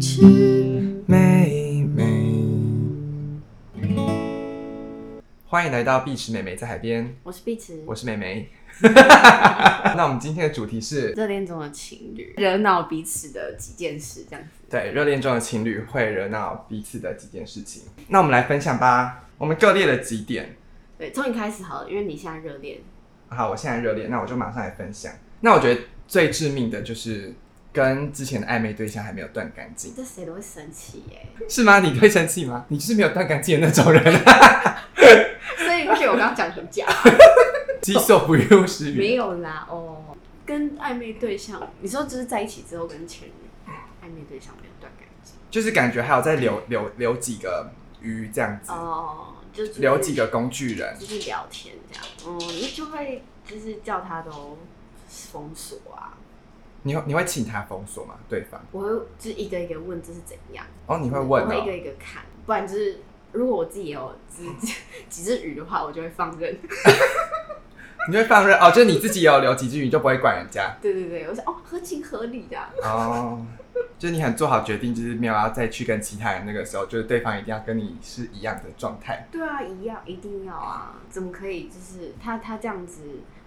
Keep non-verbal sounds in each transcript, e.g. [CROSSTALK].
痴。妹妹。欢迎来到碧池妹妹在海边，我是碧池，我是妹 [LAUGHS] 妹。那我们今天的主题是，热恋中的情侣惹恼彼此的几件事，这样子。对热恋中的情侣会惹恼彼此的几件事情。那我们来分享吧，我们各列了几点。对，从你开始好了，因为你现在热恋，好，我现在热恋，那我就马上来分享。那我觉得最致命的就是跟之前的暧昧对象还没有断干净，这谁都会生气耶。 [LAUGHS] 是吗？你会生气吗？你是没有断干净的那 [LAUGHS] 种人、所以你不觉得我刚刚讲什么 [LAUGHS] 假？己所不欲，勿施于没有啦，哦，跟暧昧对象，你说就是在一起之后跟前任暧昧对象没有断感情就是感觉还有在留留留几个鱼这样子，哦，就只是留嗯几个工具人。就是聊天这样，嗯，你就会就是叫他都封锁啊，你会你会请他封锁吗？对方？我会就是一个一个问这是怎样。哦，你会问我会一个哦。嗯一个看，不然就是如果我自己有几 [LAUGHS] 几只鱼的话，我就会放任。 [LAUGHS] 你会放任哦，就是你自己有留几只鱼，你就不会管人家对对对，我想哦，合情合理的啊、哦。就是你很做好决定，就是没有要再去跟其他人那个时候，就是对方一定要跟你是一样的状态。对啊，一样一定要啊，怎么可以？就是他他这样子，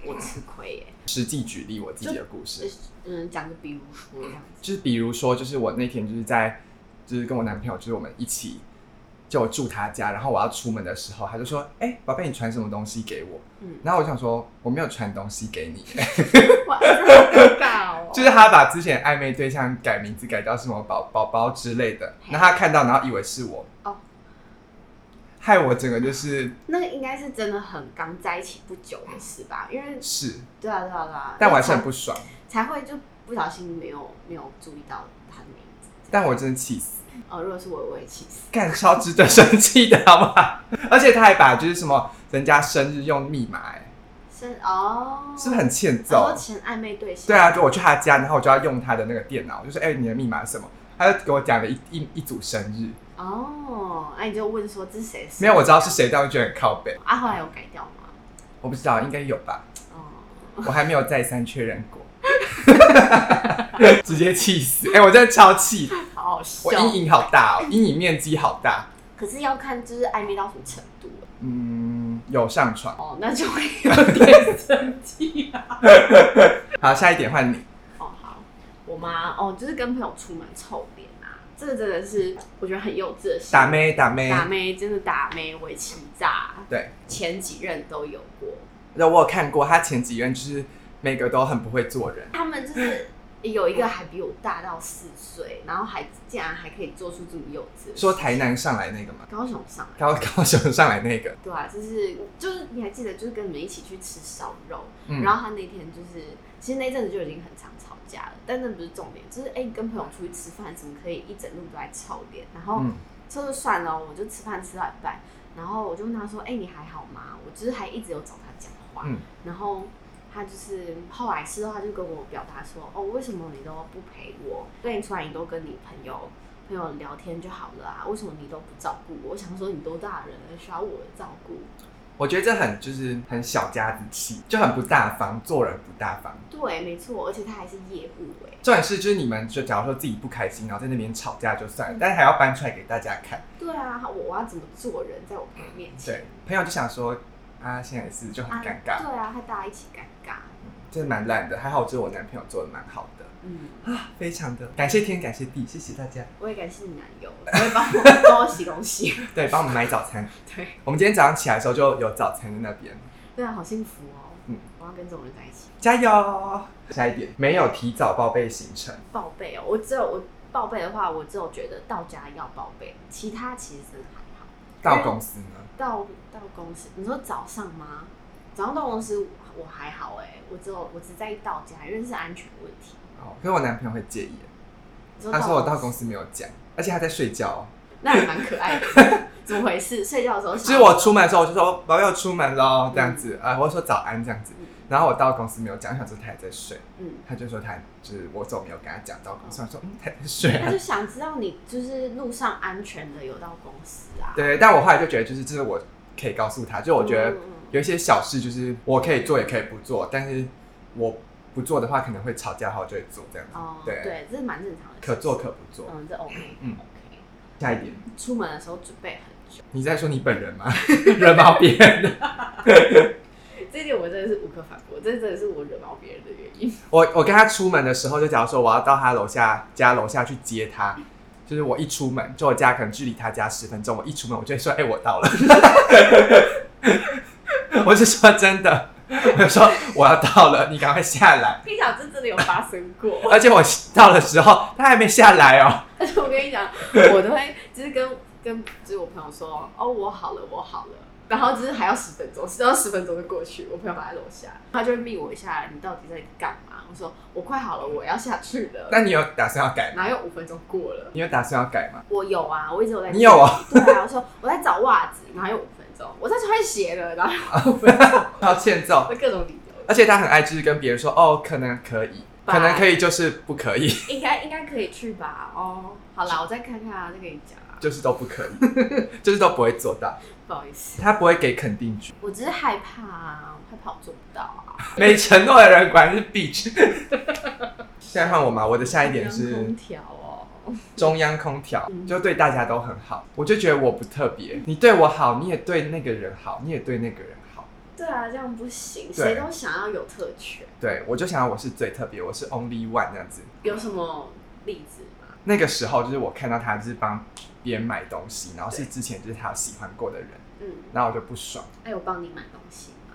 我吃亏耶、实际举例我自己的故就事，是嗯，讲个比如说这样子，就是比如说，就是我那天就是在，就是跟我男朋友，就是我们一起就住他家，然后我要出门的时候，他就说：“哎、宝贝，你传什么东西给我？”嗯，然后我想说，我没有传东西给你， [LAUGHS] 哇，真的好尴尬哦。就是他把之前暧昧对象改名字改叫什么宝宝宝之类的，嘿那他看到然后以为是我，哦害我整个就是那个应该是真的很刚在一起不久的事吧？因为是，对啊对啊对啊，但我还是才很不爽，才会就不小心没有没有注意到他的名字。但我真的气死，哦，如果是我，我也气死。干超值得生气的好不好？ [LAUGHS] 而且他还把就是什么人家生日用密码、欸，生哦，是不是很欠然后揍？前暧昧对象，对啊，就我去他家，然后我就要用他的那个电脑，我就说哎、你的密码是什么？他就给我讲了一一一组生日，哦，那你就问说这是谁？没有我知道是谁，但我觉得很靠背，啊，后来有改掉吗？我不知道应该有吧。哦，我还没有再三确认过， [LAUGHS] 直接气死！哎、我真的超气，好好笑我。阴影好大哦，阴影面积好大。可是要看就是暧昧到什么程度了嗯，有上床。哦，那就会有点生气啊。好，下一点换你。哦，好，我妈哦，就是跟朋友出门臭脸啊，这个真的是我觉得很幼稚的事。打妹，打妹。打妹真的打妹，为欺诈，对，前几任都有过，那我有看过他前几任，就是每个都很不会做人。他们就是有一个还比我大到四岁，然后还竟然还可以做出这么幼稚的事，说台南上来那个嘛，高雄上来。高 [LAUGHS] 高雄上来那个，对啊，就是就是你还记得，就是跟你们一起去吃烧肉，嗯，然后他那天就是，其实那阵子就已经很常吵架了，但那不是重点，就是哎、跟朋友出去吃饭，怎么可以一整路都在吵脸？然后嗯这就算了，我就吃饭吃到一半，然后我就问他说，哎、你还好吗？我就是还一直有找他讲话，嗯然后他就是后来事后他就跟我表达说，哦，为什么你都不陪我？跟你出来你都跟你朋友朋友聊天就好了啊，为什么你都不照顾我？我想说你都大人了，需要我的照顾？我觉得这很就是很小家子气，就很不大方，做人不大方。对，没错，而且他还是业务哎、重点是就是你们就假如说自己不开心，然后在那边吵架就嗯算了，但是还要搬出来给大家看。对啊，我我要怎么做人，在我朋友面前？对，朋友就想说啊，现在是就很啊，尴尬，嗯对啊，和大家一起尴尬。真的蛮烂的。还好，就是我男朋友做的蛮好的嗯， [LAUGHS] 啊，非常的感谢天，感谢地，谢谢大家。我也感谢你男友，我会帮我帮我洗东西。对，帮我们买早餐。对，我们今天早上起来的时候就有早餐在那边， [LAUGHS] 对啊，好幸福哦。嗯我要跟这种人在一起。加油。下一点，没有提早报备行程，报备哦，我只有我报备的话，我只有觉得到家要报备，其他其实真的还好。到公司呢？到到公司，你说早上吗？早上到公司我还好哎、我只有我只在意到家，因为是安全问题。哦，可是我男朋友会介意，你说他说我嗯到公公司司没有讲，而且他在睡觉哦。那也蛮可爱的， [LAUGHS] 怎么回事？睡觉的时候想就是我出门的时候，我就说宝贝，我出门喽，这样子啊，我会说早安这样子嗯。然后我到公司没有讲，想说他还在睡，嗯，他就说他就是我走没有跟他讲到公司，我说嗯他在睡啊他就想知道你就是路上安全的有到公司啊。 [LAUGHS] 对，但我后来就觉得就是这是我可以告诉他，就我觉得嗯嗯嗯有一些小事就是我可以做也可以不做，但是我不做的话可能会吵架，然后就会做这样子。哦，对对，这是蛮正常的。可做，可不做。嗯，这 OK，嗯 OK。下一点，出门的时候准备很久，你在说你本人吗？ [LAUGHS] 惹毛别人？这一点我真的是无可反驳，这真的是我惹毛别人的原 [LAUGHS] 因。我我跟他出门的时候，就假如说我要到他楼下家楼下去接他，就是我一出门，就我家可能距离他家十分钟，我一出门我就会说，哎、我到了。 [LAUGHS] 我是说真的，我就说我要到了，你赶快下来。跟你讲，这真的有发生过。 [LAUGHS] 而且我到的时候，他还没下来哦。但是我跟你讲，我都会就是跟跟就是我朋友说，哦，我好了，我好了，然后就是还要十分钟，只要十分钟就过去，我朋友还在楼下，他就会密我一下，你到底在干嘛？我说我快好了，我要下去了，那你有打算要改吗？哪有五分钟过了？你有打算要改吗？我有啊，我一直有在。你有啊？对啊，我说我在找袜子，然后有五分钟，我在穿鞋了，然后要欠揍。有各种理由。而且他很爱就是跟别人说，哦，可能可以，拜可能可以就是不可以， [LAUGHS] 应该应该可以去吧？哦，好啦，我再看看啊，再跟你讲啊，就是都不可以， [LAUGHS] 就是都不会做到。不好意思，他不会给肯定句，我只是害怕啊，我害怕我做不到啊。 [LAUGHS] 没承诺的人果然是 bitch。现在换我嘛，我的下一点中央是空调哦，中央空调，嗯就对大家都很好。我就觉得我不特别，你对我好，你也对那个人好，你也对那个人好。对啊，这样不行，对谁都想要有特权，对我就想要我是最特别，我是 only one 这样子。有什么例子吗？那个时候就是我看到他就是帮别人买东西，然后是之前就是他有喜欢过的人，嗯，然后我就不爽。哎，我帮你买东西吗？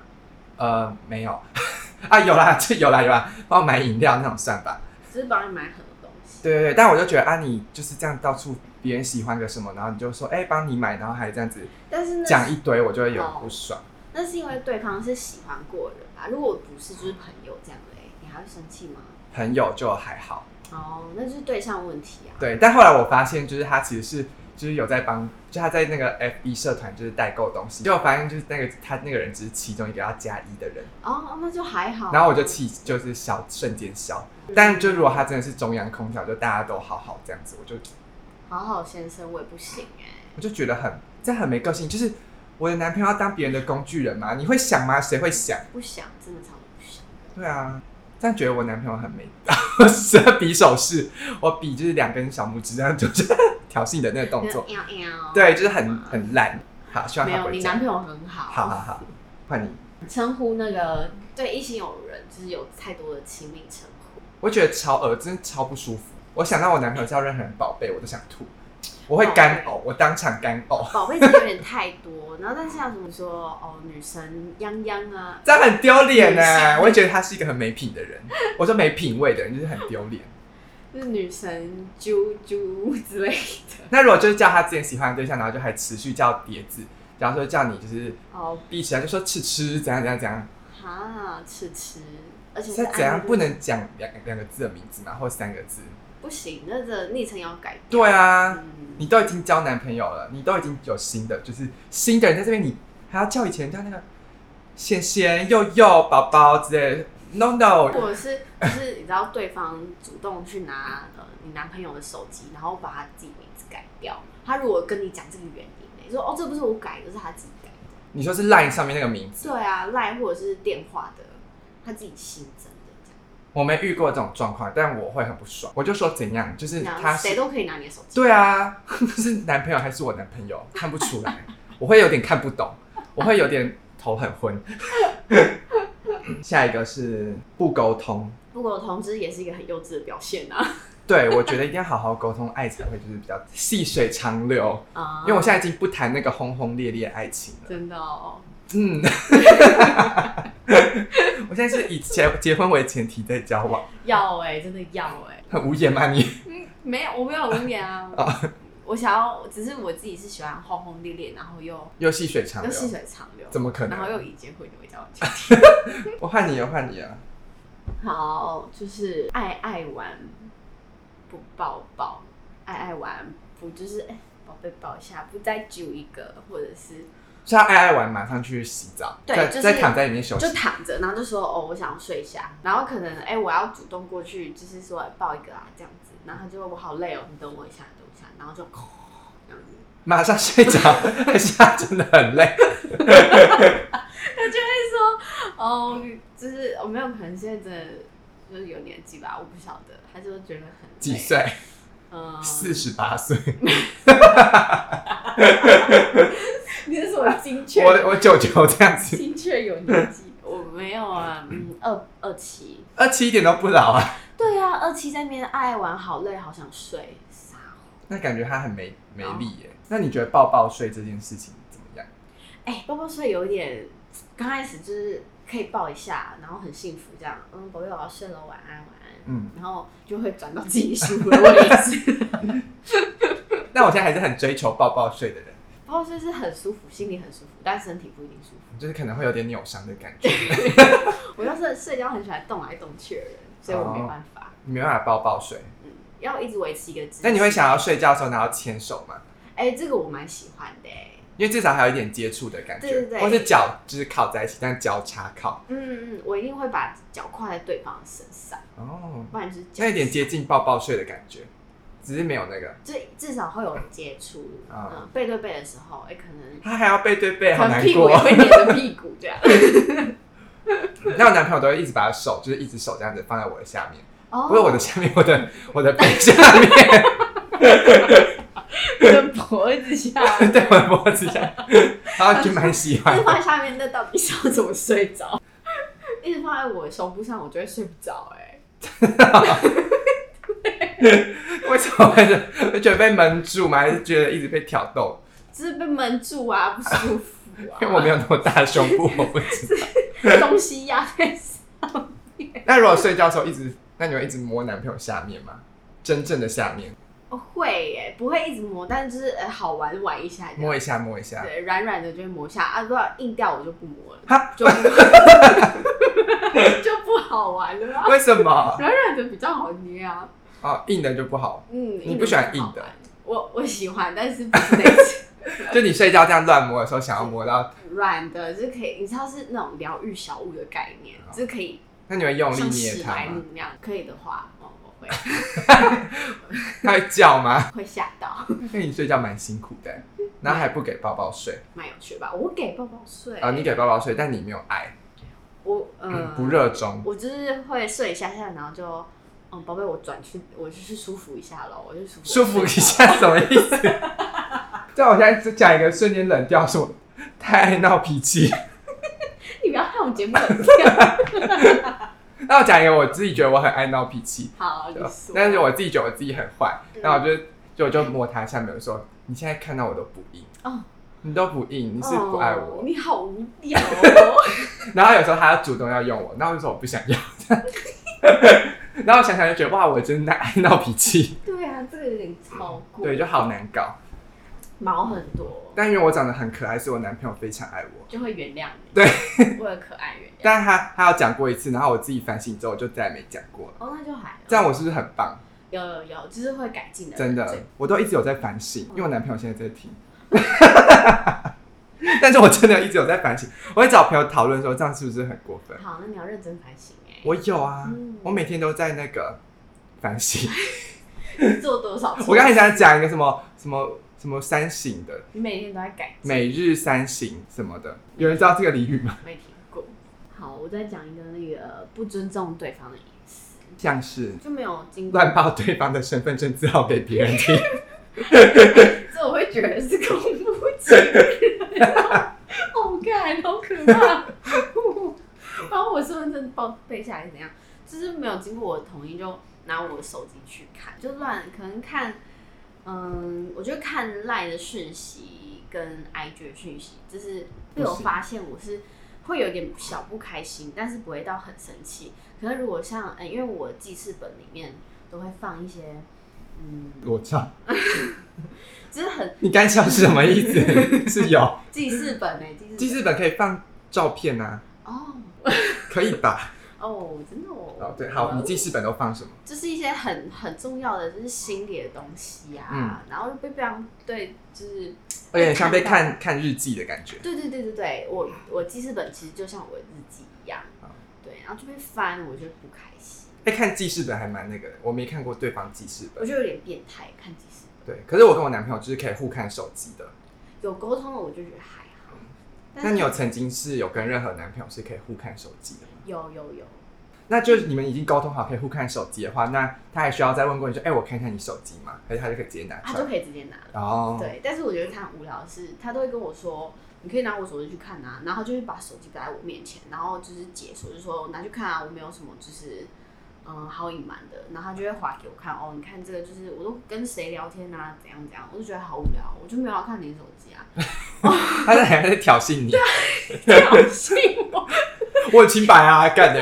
呃，没有 [LAUGHS] 啊，有啦，这有啦有啦，帮我买饮料那种算吧。只是帮你买很多东西，对对对，但我就觉得啊，你就是这样到处别人喜欢个什么，然后你就说哎帮、你买，然后还这样子但是那讲是一堆，我就会有点不爽。那是因为对方是喜欢过的人吧？如果我不是就是朋友这样的、哎，你还会生气吗？朋友就还好，哦，那就是对象问题啊。对。但后来我发现，就是他其实是就是有在帮，就他在那个 FB 社团就是代购东西，结果发现就是那个他那个人只是其中一个要加一的人，哦，那就还好。然后我就气就是消瞬间消。但就如果他真的是中央空调，就大家都好好这样子，我就好好先生，我也不行哎、我就觉得很这样很没个性，就是我的男朋友要当别人的工具人吗？你会想吗？谁会想？不想，真的超不想。对啊，这样觉得我男朋友很没，我是比手势，我比就是两根小拇指这样就是挑衅的那个动作，喵喵对，就是 [LAUGHS] 很很烂。好，希望没他不有，会你这男样。朋友很好。好好好，换你。称呼那个对异性友人，就是有太多的亲密称呼。 [LAUGHS] 我觉得超恶，真的超不舒服。我想到我男朋友叫任何人宝贝，我都想吐，我会干呕，我当场干呕，宝贝真的有点太多，然后但是要怎么说哦，女神泱泱啊，这样很丢脸呢女。我会觉得他是一个很没品的人，我说没品味的人就是很丢脸。就是女神啾啾之类的。那如果就是叫他之前喜欢的对象，然后就还持续叫叠字，然后说叫你就是哦，一起来就说吃吃怎样怎样怎样，哈，吃吃，而且是现在怎暗样恋不能讲两两个字的名字嘛，或三个字？不行，那个昵称要改。对啊，嗯，你都已经交男朋友了，你都已经有新的，就是新的人在这边，你还要叫以前叫那个贤贤、佑佑、宝宝之类的，no no，或者是就是你知道对方主动去拿呃你男朋友的手机，然后把他自己名字改掉，他如果跟你讲这个原因、你说哦这不是我改的，是他自己改的。你说是 LINE 上面那个名字，对啊，赖或者是电话的，他自己新增的这我没遇过这种状况，但我会很不爽，我就说怎样，就是样，他然后是谁都可以拿你的手机。对啊，是男朋友还是我男朋友，看不出来，我会有点看不懂，我会有点头很 [LAUGHS] 昏。下一个是不沟通，不过同志也是一个很幼稚的表现啊。对我觉得一定要好好沟通，爱才会就是比较细水长流。啊 [LAUGHS] 因为我现在已经不谈那个轰轰烈烈的爱情了，真的哦， [LAUGHS] 嗯，我现在是以结结婚为前提在交往，要哎、真的要哎、很无言吗你？嗯，没有，我没有无言 [LAUGHS] 啊。我想要，只是我自己是喜欢轰轰烈烈，然后又又细水长又流，细水长流，怎么可能然后又以结婚为交情。我换你啊，换你啊，好，就是爱爱玩不抱抱，爱爱玩不就是哎宝贝抱一下，不再揪一个，或者是是要爱爱完马上去洗澡，对再就是再躺在里面休息就，躺着，然后就说哦，我想要睡一下，然后可能哎、我要主动过去，就是说哎抱一个啊这样子，然后他就我好累哦，你等我一下，等我一下， [LAUGHS] 然后就这样子，马上睡着，还是他真的很累？他就会说哦，就是我、没有，可能现在真的就是有年纪吧，我不晓得，他就觉得很累几？ [LAUGHS] 岁？嗯，四十八岁。 [LAUGHS] 你是什么精确？我我舅舅这样 [LAUGHS] 子，精确有年纪？我没有啊，嗯，二二七。二七一点都不老啊。对啊，二七在那边爱玩，好累，好想睡。傻 [LAUGHS] 那感觉他很没没力耶。那你觉得抱抱睡这件事情怎么样？哎、抱抱睡有一点，刚开始就是可以抱一下，然后很幸福这样。嗯，宝贝，我要睡了，晚安，晚安。嗯，然后就会转到自己舒服的位置。但我现在还是很追求抱抱睡的人，抱抱睡是很舒服，心里很舒服，但身体不一定舒服。就是可能会有点扭伤的感 [LAUGHS] 觉。我要是睡觉很喜欢动来动去的人，所以我没办法。你没办法抱抱睡，嗯，要一直维持一个姿势。但你会想要睡觉的时候然后牵手吗？哎、这个我蛮喜欢的、欸。因为至少还有一点接触的感觉，对对对或是脚就是靠在一起，但交叉靠。嗯嗯，我一定会把脚跨在对方的身上，哦，不然就是脚那有点接近抱抱睡的感觉，只是没有那个，就至少会有接触。啊嗯，背对背的时候，哎、可能他还要背对背， [LAUGHS] 好可能难屁股过也。会黏着屁股这样。那我男朋友都会一直把手，就是一只手这样子放在我的下面，哦 [LAUGHS] 不是我的下面，我的我的背下面， [LAUGHS] 你的脖子下面，[LAUGHS] [LAUGHS] 对我的脖子下面，然后就蛮喜欢一直的。放在下面，那到底是要怎么睡着？ [LAUGHS] 一直放在我胸部上，我就会睡不着、哎，为什么会觉得觉得被闷住吗？还是觉得一直被挑逗？就是被闷住啊，不舒服啊。 [LAUGHS] 因为我没有那么大的胸部，我不知道。东西压在身那如果睡觉的时候一直，那你会一直摸男朋友下面吗？真正的下面，哦会耶、不会一直磨，但是就是、呃、好玩玩一下这样摸。一下，摸一下。对，软软的就会磨下啊，如果硬掉我就不磨了，哈，就 [LAUGHS] 不就不好玩了啊。为什么？软软的比较好捏啊，哦，硬的就不好，嗯，你不喜欢硬的好玩？我我喜欢，但是不是那种就你睡觉这样乱摸的时候，想要摸到， [LAUGHS] 软的，就是可以，你知道是那种疗愈小物的概念，就是可以那你会用力像捏史它莱吗姆？那样，可以的话，哦，我会 [LAUGHS] 它会叫吗？会吓到，那你睡觉蛮辛苦的，嗯然后还不给抱抱睡蛮有趣吧？我给抱抱睡，啊？你给抱抱睡，但你没有爱，嗯我呃不热衷。我就是会睡一下下，然后就，嗯，宝贝，我转去，我就是舒服一下咯，我就舒服舒服一。下什么 [LAUGHS] 意思？在我现在只讲一个瞬间冷掉，是我太爱闹脾气。你不要看我们节目很 [LAUGHS] 跳。那我讲一个我自己觉得我很爱闹脾气，好，你说。啊但是我自己觉得我自己很坏嗯，那我就就我就摸他下面，我说你现在看到我都不硬，哦，你都不硬，你是不爱哦我。你好无聊 [LAUGHS] 哦。然后有时候他要主动要用我，然后我就说我不想要。 [LAUGHS] 然后我想想就觉得哇，我真的爱闹脾气，对啊，这个有点超过。对，就好难搞。毛很多，但因为我长得很可爱，所以我男朋友非常爱我。就会原谅你。对，为了可爱原谅。但他他有讲过一次，然后我自己反省之后，我就再也没讲过了。哦，那就还好。这样我是不是很棒？有有有，就是会改进的。真对的，我都一直有在反省，因为我男朋友现在 [LAUGHS] 在听。但是我真的一直有在反省，我会找朋友讨论说这样是不是很过分？好，那你要认真反省哎。我有啊嗯，我每天都在那个反省。你做多少次？我刚才想讲一个什么什么什么三省的，你每天都在改进。每日三省什么的，有人知道这个俚语吗？没听过。好，我再讲一个那个不尊重对方的隐私，像是就没有经过。乱报对方的身份证字号给别人听，这我会觉得是恐怖情人，好看，好可怕。然后我身份证报背下来是怎样？就是没有经过我的同意就拿我的手机去看，就乱可能看，嗯，我觉得看赖的讯息跟 IG 的讯息，就是被我发现我是会有点小不开心，但是不会到很生气。可是如果像，嗯，因为我记事本里面都会放一些，嗯， [LAUGHS] 我操！就是很你干笑是什么意思？ [LAUGHS] 是有记事本哎、记事本记事本可以放照片啊，哦可以吧？哦，真的哦。哦，对，好，你记事本都放什么？就是一些很很重要的，就是心理的东西啊，嗯然后就被别人对，就是有点像被看看日记的感觉。对对对对对，我我记事本其实就像我的日记一样好，对，然后就被翻，我就不开心，哎，看记事本还蛮那个的，我没看过对方记事我本。就有点变态看记事本，对，可是我跟我男朋友就是可以互看手机的。有沟通了我就觉得还好，但那是你有曾经是有跟任何男朋友是可以互看手机的吗？有有有，那就是你们已经沟通好可以互看手机的话，那他还需要再问过你说，哎、我看一下你手机嘛，还是他就可以直接拿他出就来？可以直接拿了。哦，对，但是我觉得他很无聊的是，他都会跟我说，你可以拿我手机去看啊，然后就会把手机摆在我面前，然后就是解说，就说拿去看啊，我没有什么就是嗯好隐瞒的，然后他就会划给我看，哦，你看这个就是我都跟谁聊天啊，怎样怎样，我就觉得好无聊，我就没有要看你的手机 [LAUGHS] 啊，他在 [LAUGHS] 还在挑衅你，挑衅我， [LAUGHS] 我很清白啊，干的、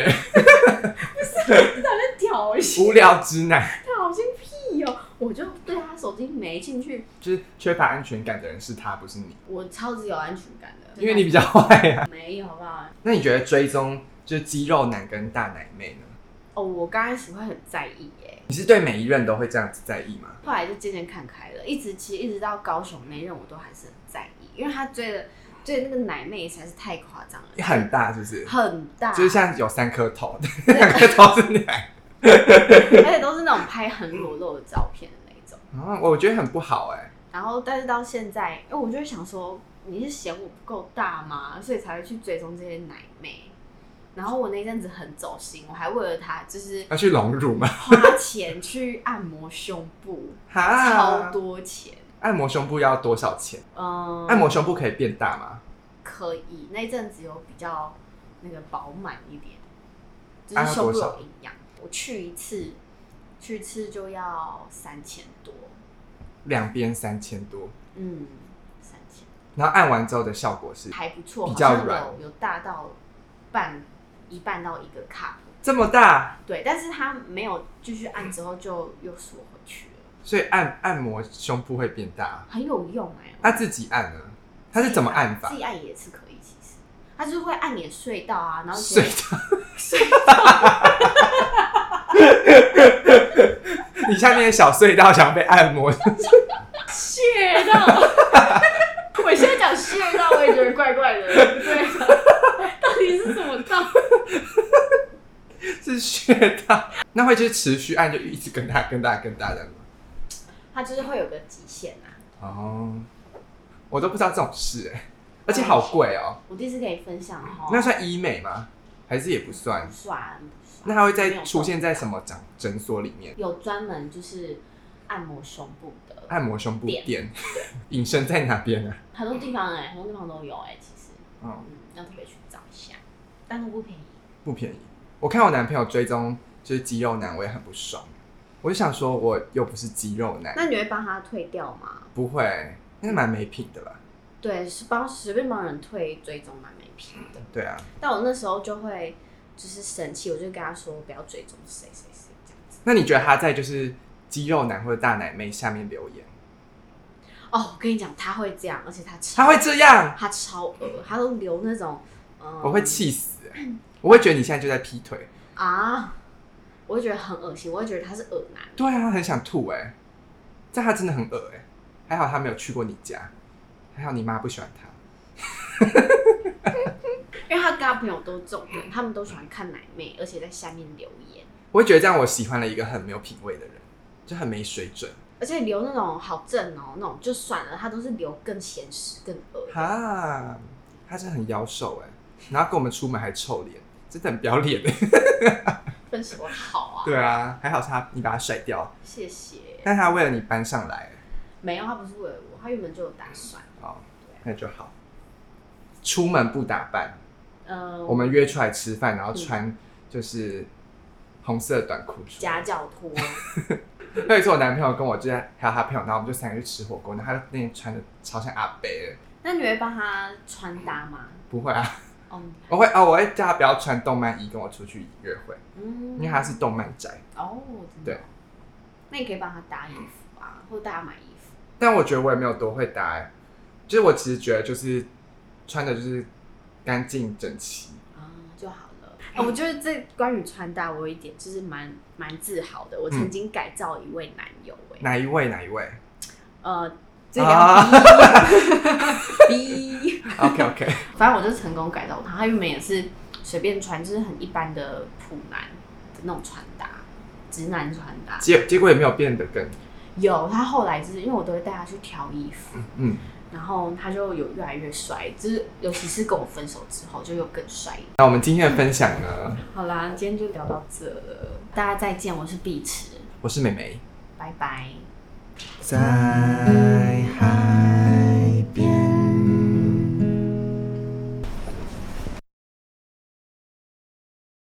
[LAUGHS] 他在挑衅，无聊直男，挑衅屁哦，我就对他手机没兴趣，就是缺乏安全感的人是他，不是你，我超级有安全感的，因为你比较坏 [LAUGHS] 啊。没有好不好？那你觉得追踪就是肌肉男跟大奶妹呢？哦，我刚开始会很在意耶、你是对每一任都会这样子在意吗？后来就渐渐看开了，一直其实一直到高雄那一任，我都还是很在意，因为他追的追的那个奶妹实在是太夸张了，很大是不是？很大，就是像有三颗头， [LAUGHS] 两颗头是奶。而且都是那种拍很裸露的照片的那一种。哦，我觉得很不好哎、然后，但是到现在，因为我就会想说，你是嫌我不够大吗？所以才会去追踪这些奶妹。然后我那一阵子很走心，我还为了他 [LAUGHS] 就是要去隆乳吗？花钱去按摩胸部，哈， [LAUGHS] 超。多钱。按摩胸部要多少钱？嗯，按摩胸部可以变大吗？可以，那一阵子有比较那个饱满一点，就啊是要胸部多少有营养。我去一次，去一次就要三千多，两边三千多，嗯，三千然后按完之后的效果是还不错，比好较像软有有大到半一半到一个 cup，这么大，对，但是它没有继续按之后就又缩回去了，所以按按摩胸部会变大。很有用哎、那、自己按呢？他是怎么按法自？己按也是可以，其实它就是会按你的隧道啊，然后隧道道。你下面的小隧道想被按摩， [LAUGHS] 穴道。 [LAUGHS] 我现在讲穴道，我也觉得怪怪的，不对吧？到底是什么道？是穴道，那会就是持续按，就一直更大、更大、更大这样吗？它就是会有个极限啊。哦，我都不知道这种事哎、而且好贵哦、我第一次给你分享哈，那算医美吗？还是也不算不？算不那算，它会再出现在什么诊诊所里面？有专门就是按摩胸部的，按摩胸部店， [LAUGHS] 隐身在哪边啊呢、很多地方哎、很多地方都有哎、其实嗯，嗯，要特别去找一下，但是不便宜。不便宜。我看我男朋友追踪就是肌肉男，我也很不爽。我就想说，我又不是肌肉男，那你会帮他退掉吗？不会，那蛮没品的吧？对，是帮随便帮人退追踪蛮没品的。对啊，但我那时候就会就是生气，我就跟他说不要追踪谁谁谁这样子。那你觉得他在就是肌肉男或者大奶妹下面留言，哦，我跟你讲，他会这样，而且他超他会这样，他超恶，他都留那种嗯，我会气死、欸，我会觉得你现在就在劈腿。啊，我会觉得很恶心，我会觉得他是恶男。对啊，很想吐哎、但他真的很恶哎、还好他没有去过你家，还好你妈不喜欢他。因为他跟他朋友都这种人，他们都喜欢看奶妹，而且在下面留言，我会觉得这样，我喜欢了一个很没有品味的人，就很没水准而且留那种好正哦，那种就算了，他都是留更咸湿、更恶。哈。他真的很妖兽哎、然后跟我们出门还臭脸，真的很不要脸、欸分手好啊，对啊，还好是他你把他甩掉，谢谢。但他为了你搬上来、没有，他不是为了我，他原本就有打算。哦，那就好。出门不打扮，呃，我们约出来吃饭，然后穿就是红色的短裤出门夹脚拖。那有一次我男朋友跟我之前还有他朋友，然后我们就三个去吃火锅，然后他那天穿的超像阿北的，那你会帮他穿搭吗？不会啊， [LAUGHS] 哦，我会哦，我会叫他不要穿动漫衣跟我出去约会，嗯因为他是动漫宅。哦，真的对哦。那你可以帮他搭衣服啊，或者大家买衣服。但我觉得我也没有多会搭、欸，就是我其实觉得就是穿的就是干净整齐，啊就好了。嗯啊我觉得这关于穿搭，我有一点就是蛮蛮自豪的。我嗯曾经改造一位男友、欸，哪一位哪一位呃，这个啊要逼 [LAUGHS] 逼， ？OK OK，反正我就成功改造他。他原本也是随便穿，就是很一般的普男的那种穿搭，直男穿搭。结结果也没有变得更有他后来就是因为我都会带他去挑衣服，嗯，然后他就有越来越帅，就是尤其是跟我分手之后，就又更帅一点。那我们今天的分享呢，好啦，今天就聊到这了，大家再见，我是碧池，我是美美，拜拜。在。